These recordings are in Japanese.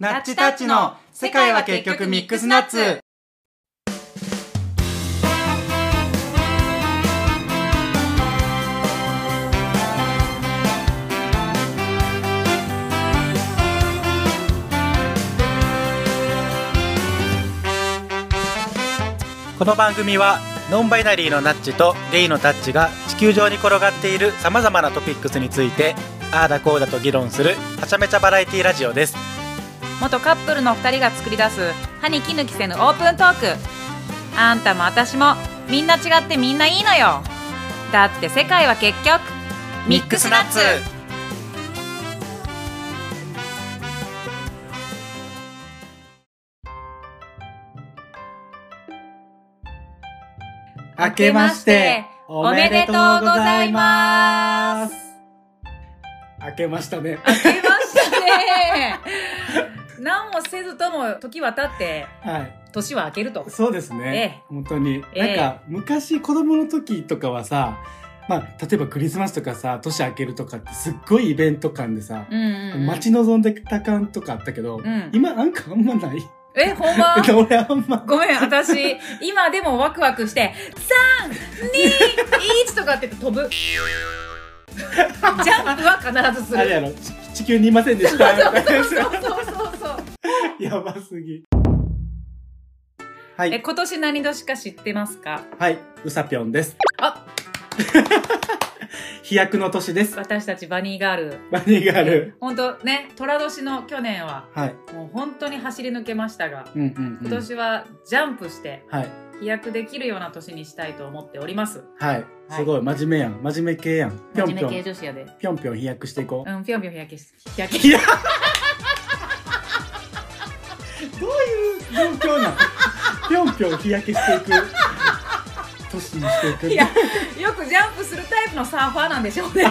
ナッチタッチの世界は結局ミックスナッツこの番組はノンバイナリーのナッチとゲイのタッチが地球上に転がっているさまざまなトピックスについてああだこうだと議論するはちゃめちゃバラエティラジオです元カップルの2人が作り出す歯に衣着せぬオープントークあんたも私もみんな違ってみんないいのよだって世界は結局ミックスナッツ明けましておめでとうございます明けましたね出ましたね何もせずとも時は経ってはい年は明けると そうですね、え本当に、ええなんか昔子供の時とかはさまあ例えばクリスマスとかさ年明けるとかってすっごいイベント感でさ、うんうん、うん、待ち望んでた感とかあったけど、うん今なんかあんまないえほんま 俺あんまごめん、私、今でもワクワクして、3、2、1とかって言って飛ぶ。ジャンプは必ずすあれる。やろち地球にいませんで したみたいなやつそうそうそうそう。やばすぎはえ、い今年何年か知ってますかはいうさぴょんですあ飛躍の年です私たちバニーガール。マニガールほんとね、虎年の去年は、はいもう本当に走り抜けましたが、うんうん、うん、今年はジャンプしてはい飛躍できるような年にしたいと思っております。はい、すごい真面目やん真面目系やんぴょ真んぴ面ょ目ん系女子やで。ぴょんぴょん飛躍していこううん、ぴょんぴょん日焼けし、日焼けいやどういう状況なのぴょんぴょん日焼けしていく年にしていくいや、よくジャンプするタイプのサーファーなんでしょうね。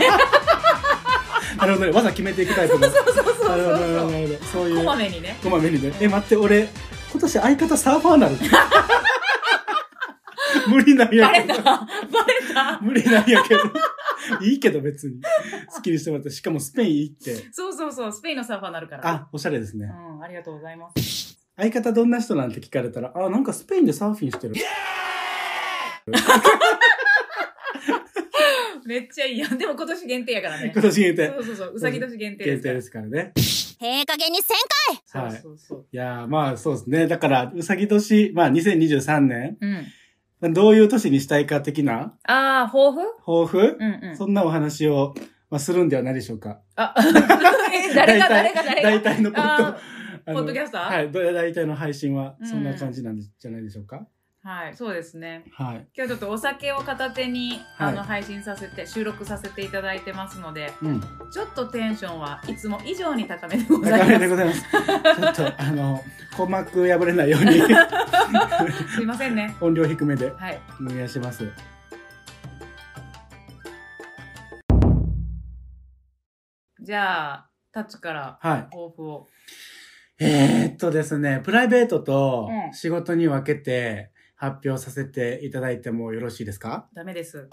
なるほどね技決めていくタイプそうのそうそうなるほどなるほどなそるほどそうう。いこうまめにね。こまめにねえ待って俺今年相方サーファーなる 無理なんやバレけた。どバレた。無理なんやけどいいけど別にスッキリしてもらってしかもスペイン行ってそうそうそう。スペインのサーファーになるから。あおしゃれですねうん、ありがとうございます。相方どんな人なんて聞かれたら、あ、なんかスペインでサーフィンしてる。めっちゃいいやん。でも今年限定やからね今。年限定そ。うそうそう。うさぎ年限定で限すか定ら。ですからね。ええ加減にせんかはいそうそうそう。いやー、まあそうですね。だから、うさぎ年、まあ2023年、うん。どういう年にしたいか的なあー、抱負抱負、うんうん。そんなお話を、まあ、するんではないでしょうか。あ、 え誰が誰が誰大が体のポッドあ、あのポッドキャスターはい。ど大体の配信はうんそんな感じなんじゃないでしょうか。はい、そうですね。はい。今日ちょっとお酒を片手に、あの、は配信させて、収録させていただいてますので、うん。ちょっとテンションはいつも以上に高めでござい高まめすで。ございます。ちょっと、あの、鼓膜破れないよう にすいませんね。音量低めではい。お願いします。じゃあ、タッチからはい。抱負を。えー、っとですね、プライベートとうん仕事に分けて発表させていただいてもよろしいですかダメです。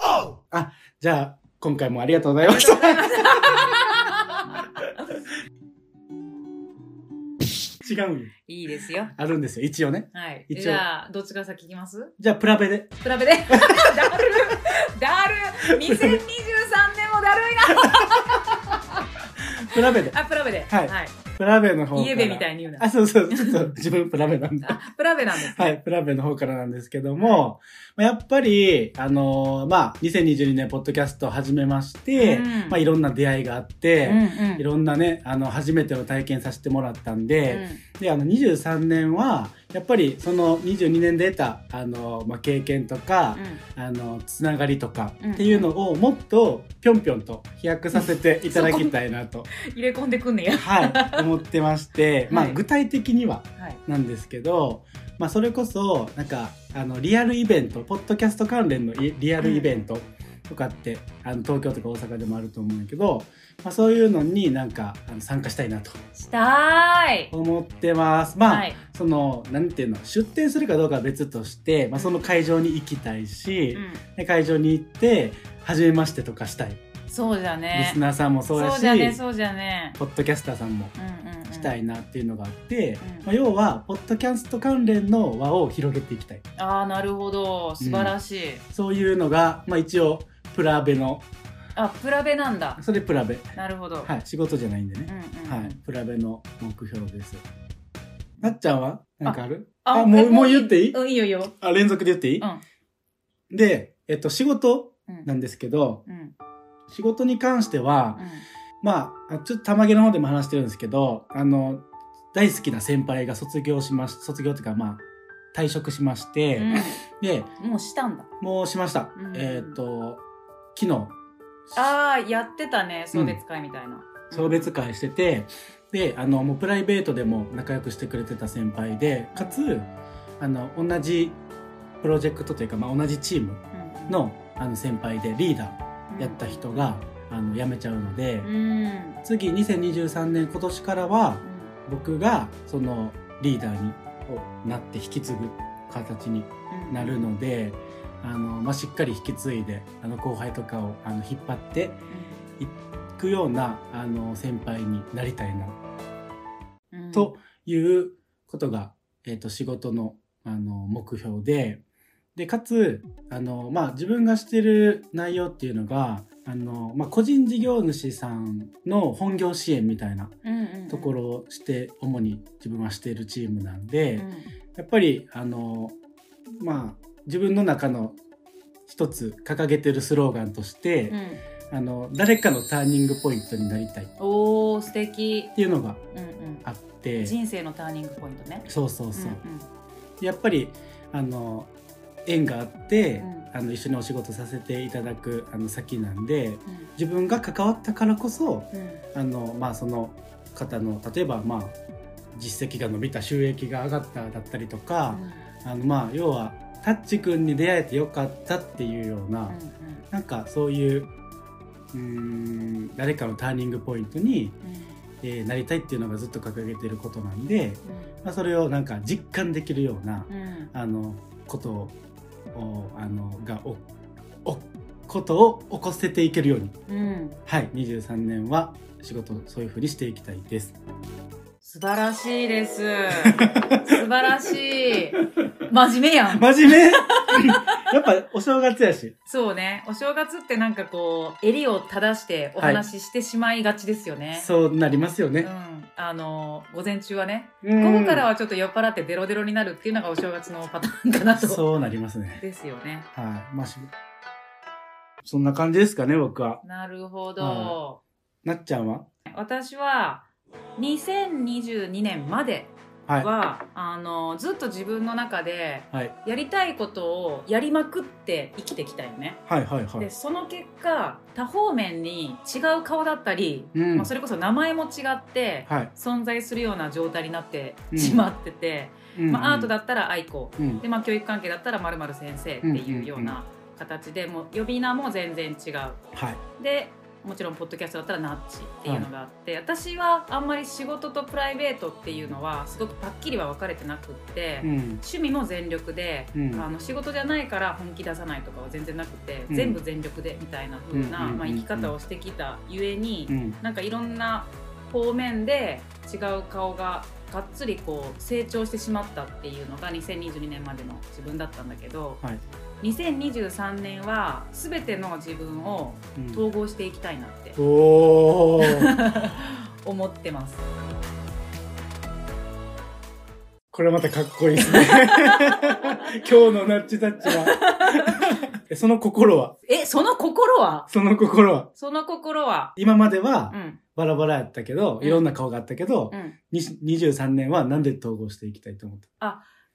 じゃあ、今回もありがとうございましあ りがとうございまた。す違うんよいいですよ。あるんですよ、一応ね。はい。一応じゃあ、どっちから先聞きますじゃあ、プラベで。比べ て。だるだる !2023 年もだるいなプラベで。あ、プラベで。はいプラベの方から。家ベみたいに言うな。あ、そうそう、ちょっと自分プラベなん で。あ、プラベなんです。はい、プラベの方からなんですけども、まあやっぱり、あのーまあ、2022年、ポッドキャストを始めまして、うんまあ、いろんな出会いがあっうて、んいろんなね、あの、初めての体験させてもらったんで、うん。であの23年はやっぱりその22年で得たあの、まあ、経験とか、あのつながりとかうんっていうのをもっとぴょんぴょんと飛躍させていただきたいなと、入れ込んでくんねや。はい、思ってま して、まあ、はい具体的にははい。なんですけど、まあ、それこそなんかあのリアルイベントポッドキャスト関連のイリアルイベントとかって、あの東京とか大阪でもあると思うんだけど、まあ、そういうのになんかあの参加したいなとしたーい。思ってます。まあはい。そのなんていうの出店するかどうかは別として、まあ、その会場に行きたいし、うんで会場に行って初めましてとかしたい、そうじゃリねス。ナーさんもそうやそうしじゃね、そうじゃね。ポッドキャスターさんもうんうんうん。きたいなっていうのがあって、うんまあ、要はポッドキャスト関連の輪を広げていきたいああなるほど素晴らしい、そういうのが、まあ、一応プラベのあプラベなんだそれプラベ、なるほど、はい、仕事じゃないんでうね、んうんうんはい、プラベの目標ですなっちゃんは何かあるああもうもう言っていいうんいいよいいよあ連続で言っていい、うんで、えっと、仕事うんなんですけどうん仕事に関しては、うんまあ、あちょっと玉毛の方でも話してるんですけど、あの、大好きな先輩が卒業しまし、卒業というか、まあ、退職しまして、で、うんもうしたんだもうしました。うんえっ、と、昨日、ああやってたね送別会みたいな、送別会してて、で、あの、もうプライベートでも仲良くしてくれてた先輩で、かつ、あの、同じプロジェクトというか、まあ、同じチームうんの、あの、先輩でリーダーやった人が、あの、辞めちゃうので、うん、うん次、2023年今年からは、僕がそのリーダーにをなって引き継ぐ形にうんなるので、あのまあ、しっかり引き継いであの後輩とかをあの引っ張っていくようなあの先輩になりたいなうんということが、えっと仕事のあの目標ででかつあの、まあ、自分がしてる内容っていうのがあの、まあ、個人事業主さんの本業支援みたいなうんうんうんところをして主に自分はしているチームなんで、うんやっぱりあのまあ自分の中の一つ掲げてるスローガンとして、うんあの誰かのターニングポイントになりたいっおー素敵、ていうのがうんうんあって人生のターニングポイントねそうそうそう、んんやっぱりあの縁があって、うんあの一緒にお仕事させていただくあの先なんでうん自分が関わったからこそうんあのまあその方の例えばまあ実績が伸びた収益が上がっただったりとか、あのまあ要はタッチくんに出会えてよかったっていうような、うんなんかそういううーん誰かのターニングポイントに、うんえーなりたいっていうのがずっと掲げてることなんで、うまあ、それをなんか実感できるような、んうんあのことをおあのがおおことを起こせていけるようにうんうんはい23年は仕事をそういうふうにしていきたい です。素晴らし いです。素晴らしい。真面目やん。真面目 やっぱお正月やしそうね。お正月ってなんかこう、襟を正してお話ししてしまいがちですよね。そうなりますようね。ん。あの、午前中はね。うん午後からはちょっと酔っ払ってデロデロになるっていうのがお正月のパターンかなと。そうなりますね。ですよね。はい。まあ、しそんな感じですかね、僕は。なるほどは。なっちゃんは私は、2022年まではい。は、あの、ずっと自分の中で、はい。やりたいことをやりまくって生きてきたよね。はい、はい、はでい。その結果多方面に違う顔だったり、うんまあ、それこそ名前も違ってはい。存在するような状態になってしまってて、うんまあ、アートだ。ったら愛子うん。うんで、まあ、教育関係だったら〇〇先生っていうような形で、もう呼び名も全然違うはい。でもちろんポッドキャストだったらナッチっていうのがあって、私はあんまり仕事とプライベートっていうのはすごくパッキリは分かれてなくって。うん。趣味も全力で、うんあの仕事じゃないから本気出さないとかは全然なくて、うん全部全力でみたいな風な、うんうんうんうんまあ生き方をしてきたゆえに、うん。なんかいろんな方面で違う顔ががっつりこう成長してしまったっていうのが2022年までの自分だったんだけど、はい2023年は全ての自分をうん統合していきたいなっておー 思ってます。これまたかっこいいですね。 今日のナッチタッチは。 えその心はえその心はその心はその心は、今まではうんバラバラやったけど、うんいろんな顔があったけどう、ん、に23年はなんで統合していきたいと思っ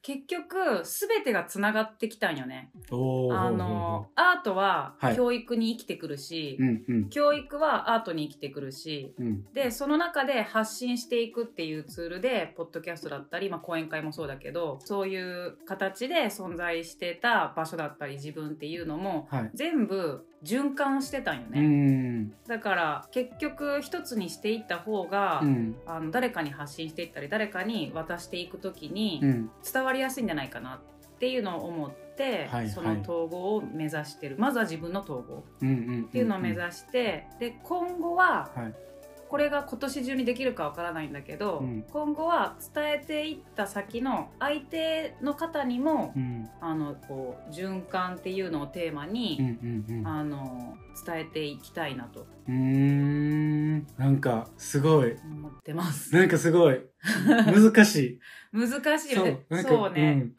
結局全てがつながってきたんよね。たおーあのアートははい教育に生きてくるし、うんうん教育はアートに生きてくるしうんでその中で発信していくっていうツールでポッドキャストだったり、まあ、講演会もそうだけどそういう形で存在してた場所だったり自分っていうのもはい全部循環してたんようね、んだから結局一つにしていった方が、うんあの誰かに発信していったり誰かに渡していく時に、うん伝わりやすいんじゃないかなっていうのを思って、はいそのはい統合を目指してるまずは自分の統合うんうんっていうのを目指して、で今後ははいここれが今年中にできるかわからないんだけど、うん今後は伝えていった先の相手の方にも、うんあのこう循環っていうのをテーマうに、んうんうんあの伝えていきたいなとうーんなんかすごい思ってます。なんかすごい難し い難しいよね。そうそうなんかね、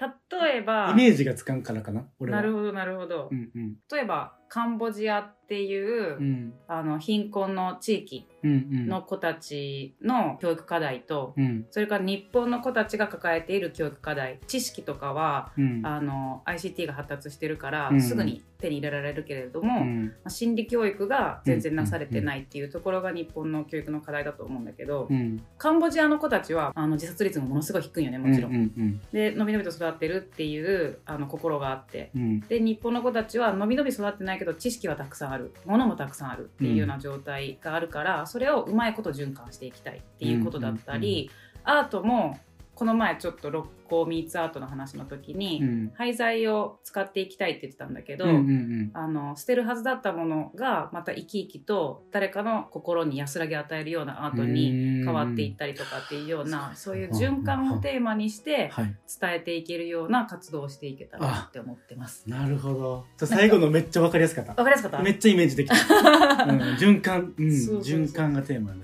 例えばイメージがつかんからかな俺はなるほどなるほど、うんうん例えばカンボジアっていう、うんあの貧困の地域うんうんの子たちの教育課題と、うんそれから日本の子たちが抱えている教育課題知識とかはうんあの ICT が発達してるから、うんすぐに手に入れられるけれども、うまんあ心理教育が全然なされてないっていうところが日本の教育の課題だと思うんだけど、うんカンボジアの子たちはあの自殺率もものすごい低いよねもちろん。うんうんでのびのびと育ってるっていうあの心があって。うんうんで日本の子たちはのびのび育ってないけど知識はたくさんあるものもたくさんあるっていうような状態があるから、それをうまいこと循環していきたいっていうことだったり、アートもこの前ちょっと六甲ミーツアートの話の時に、うん廃材を使っていきたいって言ってたんだけど、うんうんあの捨てるはずだったものがまた生き生きと誰かの心に安らぎを与えるようなアートに変わっていったりとかっていうような、そういう循環をテーマにしてはい伝えていけるような活動をしていけたらなって思ってます。なるほどちょ最後のめっちゃわかりや すかったわかりやすかっためっちゃイメージできた うん循環うんそうそうそう循環がテーマね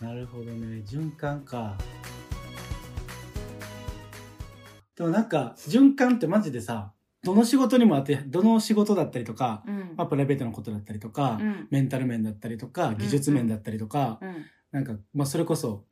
うんなるほどね循環かでもなんか循環ってマジでさどの仕事にもあってどの仕事だったりとか、うんまあ、プライベートのことだったりとか、うんメンタル面だったりとか技術面だったりとか、うんなんか、まあ、それこそ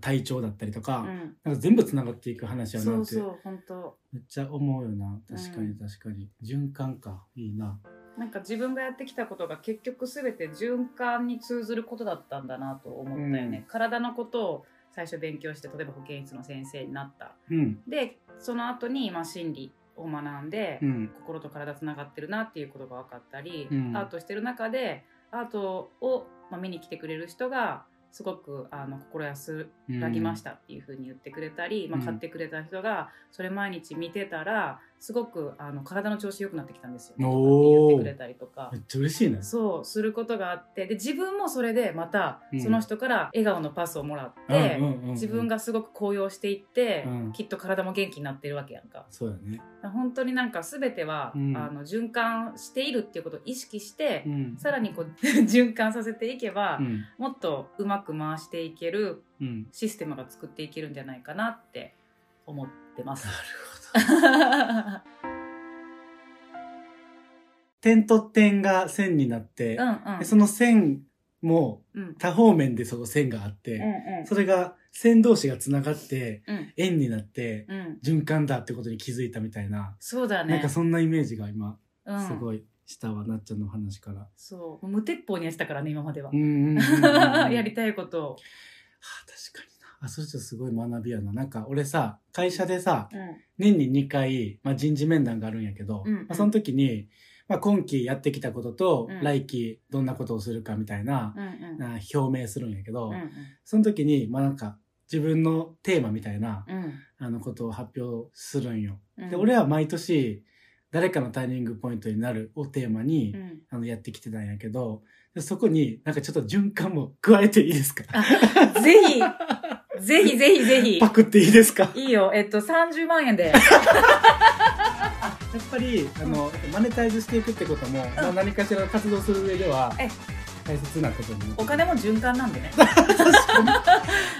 体調だったりとか、うんなんか全部つながっていく話やそなうってそう本当めっちゃ思うよな確かうにん確かに、循環かいいななんか自分がやってきたことが結局全て循環に通ずることだったんだなと思ったよね、うん体のことを最初勉強して例えば保健室の先生になったうんでその後にまあ心理を学んで、うん心と体つながってるなっていうことが分かったり、うんアートしてる中でアートを、まあ、見に来てくれる人がすごくあの心安うんラぎましたっていう風に言ってくれたり、まあ、うん買ってくれた人がそれ毎日見てたらすごくあの体の調子良くなってきたんですよとかって言ってくれたりとかめっちゃ嬉しいねそうすることがあってで自分もそれでまたうんその人から笑顔のパスをもらって、うんうんうんうん自分がすごく高揚していって、うんきっと体も元気になってるわけやんかそうだね、本当になんか全ては、うんあの循環しているっていうことを意識して、うん、さらにこう 循環させていけば、うんもっとうまく回していけるうんシステムが作っていけるんじゃないかなって思ってます。点と点が線になって、 うんうんでその線もうん多方面でその線があって、うんそれが線同士がつながってうん円になってうん循環だってことに気づいたみたいな、そうだね。なんかそんなイメージが今うんすごいしたわ、なっちゃんの話から。そう無鉄砲にやってたからね今まではう。んうんうんうんうん やりたいことを。はあ確かにな。あ、それちょっとすごい学びやな。なんか俺さ、会社でさ、うん年に2回、まあ、人事面談があるんやけど、うんうんまあ、その時に、まあ、今期やってきたことと、うん来期どんなことをするかみたいな、うんうんな表明するんやけど、うんその時に、まあ、なんか自分のテーマみたいな、うんあのことを発表するんよ。うん。で、俺はは毎年、誰かのターニングポイントになるをテーマに、うんあのやってきてたんやけど、でそこになんかちょっと循環も加えていいですかぜひぜひぜひぜひパクっていいですかいいよえっと三十万円で。やっぱりあの、マネタイズしていくってことも、まあ、何かしらの活動する上ではえ大切なことにお金も循環なん でね。あ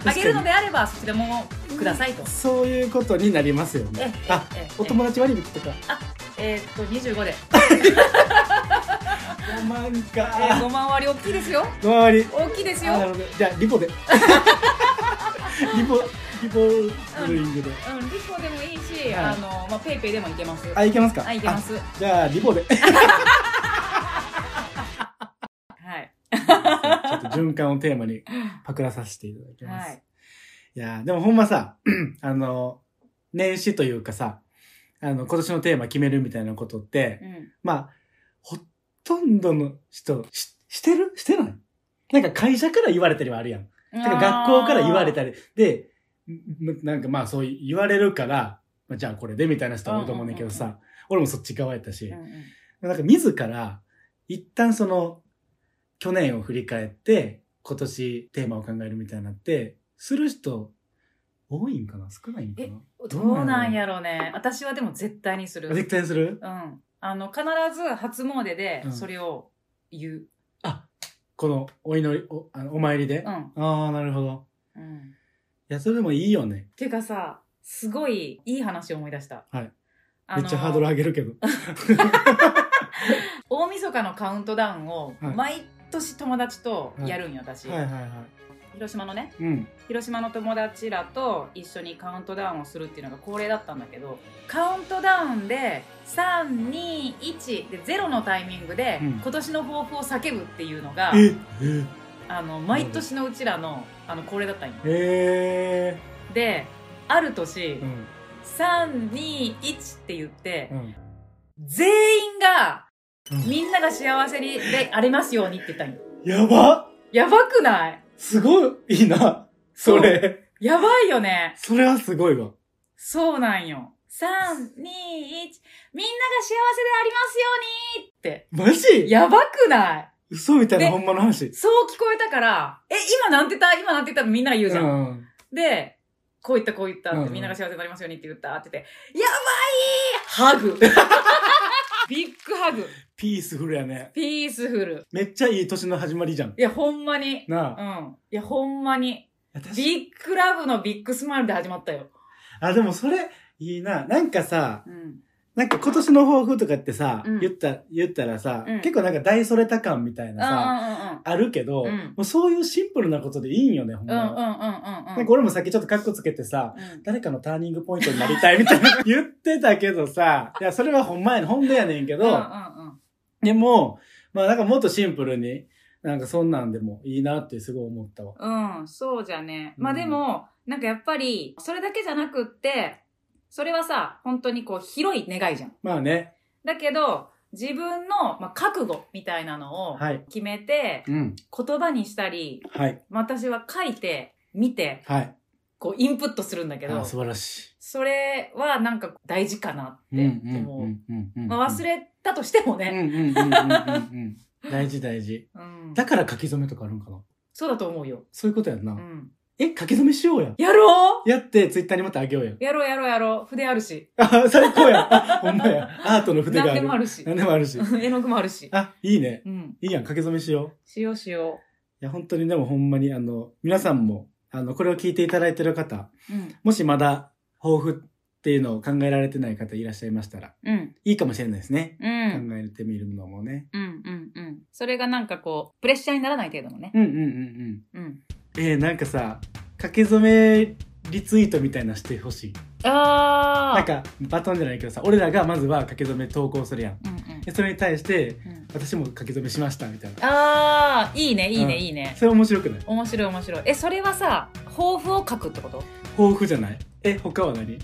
確げるかのにであればそちらもくださいと。そういうことになりますよねええあええお友達割引とかえーっと25で、 5万えー、か5万割大きいですよ5万割大きいですあなるよほどじゃあリポ でリポリポブルーイングで、うんリコでもいいし、はいあのまあペイペイでもいけますあいけますかはいいけますはあじゃあリポでちょいっと循環をテーマにパクらさせていただきます、はいい、やーでもほんまさ あの年始というかさあの今年のテーマ決めるみたいなことって、うん、まあ、ほとんどの人、し、してるしてないなんか会社から言われたりはあるやん。てか学校から言われたり。で、むなんかまあそう言われるから、まあ、じゃあこれでみたいな人は多いと思うねんだけどうんうさ、俺もそっち側やったしう、んうんなんか自ら、一旦その、去年を振り返って、今年テーマを考えるみたいになってする人多いんかな少ないんかなどうなんやろうね私はでも絶対にす絶る対するうんあの必ず初詣でそれを言うあこのお祈りおあのお参りで、うあん、あなるほどうん、いやそれでもいいよねてかさすごいいい話を思い出した、はいあめのっちゃハードル上げる けど大晦日のカウントダウンをはい毎年友達とやるんよ、私、はいはいは広島のねいうん広島の友達らと一緒にカウントダウンをするっていうのが恒例だったんだけどカウントダウンで321で0のタイミングで、うん今年の抱負を叫ぶっていうのがええあの毎年のうちらのあの恒例だったんよえである年、ー、うん321って言って、うん全員がうんみんなが幸せにでありますようにって言ったんよ。やばやばくないすごいいいなそれやばいよね。それはすごいわそうなんよ。3、2、1、みんなが幸せでありますようにって。マジやばくない嘘みたいなでほんまの話そう聞こえたから、え、今なんて言った今なんて言ったみんなが言うじゃん。んで、こう言ったこう言ったうっんうてんみんなが幸せになりますようにって言ったって言って、や ばいハグビッグハグピースフルやねピースフルめっちゃいい年の始まりじゃんいや、ほんまに。なうあ、ん。いや、ほんまに。私ビッグラブのビッグスマイルで始まったよ。あでもそれいいななんかさうん。なんか今年の抱負とかってさ、うん言った言ったらさ、うん結構なんか大それた感みたいうんなさ、あるけど、うんもうそういうシンプルなことでいいんよねほんうんうんうん。うんまは、うんうんうなんか。ん俺もさっきちょっとカッコつけてさ、うん誰かのターニングポイントになりたいみたい な言ってたけどさ、いや、それはほんまやねん、ほんでやねんけうんうんうど、んでも、まあなんかもっとシンプルに、なんかそんなんでもいいなってすごい思ったわ。うん、そうじゃね。まあうんでも、なんかやっぱり、それだけじゃなくって、それはさ、本当にこう、広い願いじゃん。まあね、だけど、自分の、まあ、覚悟みたいなのをはい決めて、うん、言葉にしたり、はい、私は書いて、見て、はい。こう、インプットするんだけあどー、素晴らしそれはなんか大事かなっい。て思う。まあ、忘れれたとしてもうんうんうんうんね。うんうん。大事大事。うんだから書き初めとかあるんかなそうだと思うよ。そういうことやんな。うん。え、書き初めしようやん。やろやって、ツイッターにまたあげようやんう。やろうやろうやろう。筆あるし。あ、最高やん。あほんまや。アートの筆があ何る。でもあるし。何でもあるし。 絵の具もあるし。あ、いいね。うん。いいやん、書き初めしよう。しようしよいや、本当にでもほんまに、あの、皆さんも、あの、これを聞いていただいてる方、う。うん。もしまだ抱負っていうのを考えられてない方いらっしゃいましたら、うん。いいかもしれないですね。う考ん。えてみるのもね。うん。うん。うん。それがなんかこう、プレッシャーにならない程度のね。うんうんうんうん。うん。えー、なんかさ、書き初めリツイートみたいなしてほしい。ああ。なん。か、バトンじゃないけどさ、俺らがまずは書き初め投稿するやん。うん。でそれに対して、うん。うん。私も書き初めしました、みたいな。ああ、いいね、いいね、うんいいね。それ面白くない面白い面白い。え、それはさ、抱負を書くってこと抱負じゃないえ、他は何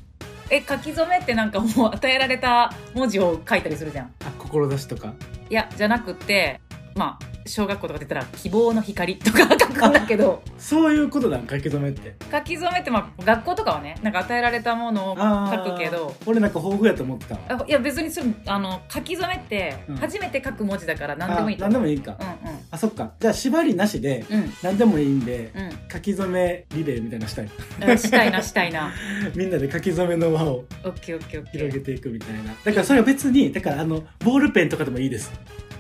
え、書き初めってなんかもう与えられた文字を書いたりするじゃん。あ、志とか。いや、じゃなくて、まあ、小学校とか出たら、希望の光とか書くんだけ ど、そういうことなん、書き初めって。書き初めって、まあ、学校とかはね、なんか与えられたものをあー書くけど、俺なんか抱負やと思ってたわあいや、別にそれ、あの、書き初めってうん、初めて書く文字だから、何でもいいあと何で思う。もいいか、うあそっかじゃあ縛りなしでんうん。うん。何でもいいんで、うん書き初めリレーみたいなのしたい うん。したいな、したいな。みんなで書き初めの輪をオッケーオッケーオッケ広ー。げていくみたいなだからそれは別にだからあのボールペンとかでもいいです、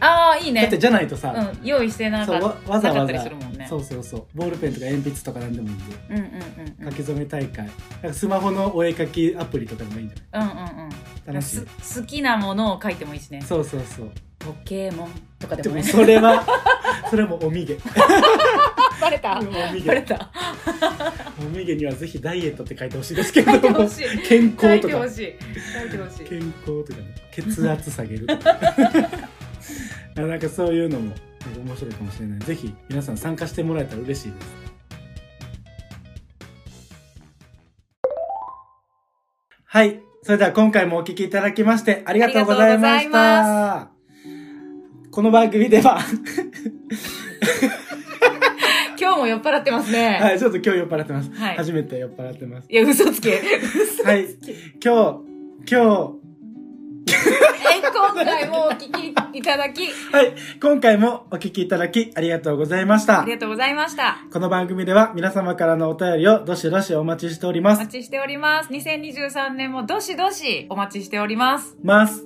ああ、いいだっねて。じゃないとさ、うん、用意してなそかっうた。わわざなかわったりざするもんねそうそうそうボールペンとか鉛筆とか何でもいいんでうんうんうんう書ん。き初め大会なんかスマホのお絵描きアプリとかでもいいんじうんうんゃうないん。楽しすい好きなものを書いてもいいしね。そうそうそうポケモンとかででももね。それ はそれはもうおみげバレたおみバレげた。おみげにはぜひダイエットって書いてほしいですけど書いてもほしい。健書康いとてかほしい。書いてほしい。健康とかね血圧下げるとか あなんかそういうのもなんか面白いかもしれないぜひ皆さん参加してもらえたら嬉しいですはいそれでは今回もお聞きいただきましてありがとうございまありしがとうごたこの番組では、今日も酔っ払ってますね。 はい、ちょっと今日酔っ払ってます。はい初めて酔っ払ってます。 いや、嘘つけ。嘘つけはい今日、今日、え今回もお聞きいただきはい。今回もお聞きいただきありがとうございましあたり。がとうございましたこの番組では皆様からのお便りをどしどしお待ちしておりまおす。待ちしております2023年もどしどしお待ちしておりますます。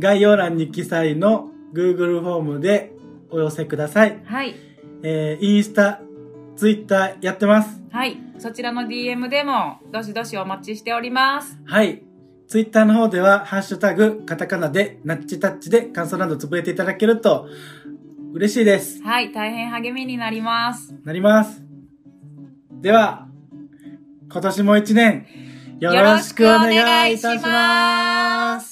概要欄に記載の Google フォームでお寄せください。はいえー、インスタ、ツイッターやってます。はいそちらの DM でもどしどしお待ちしておりますはい。ツイッターの方では、ハッシュタグ、カタカナで、ナッチタッチで感想などつぶえていただけると、嬉しいです。はい大変励みになりますなります。では、今年も一年、よろしくお願いいたします。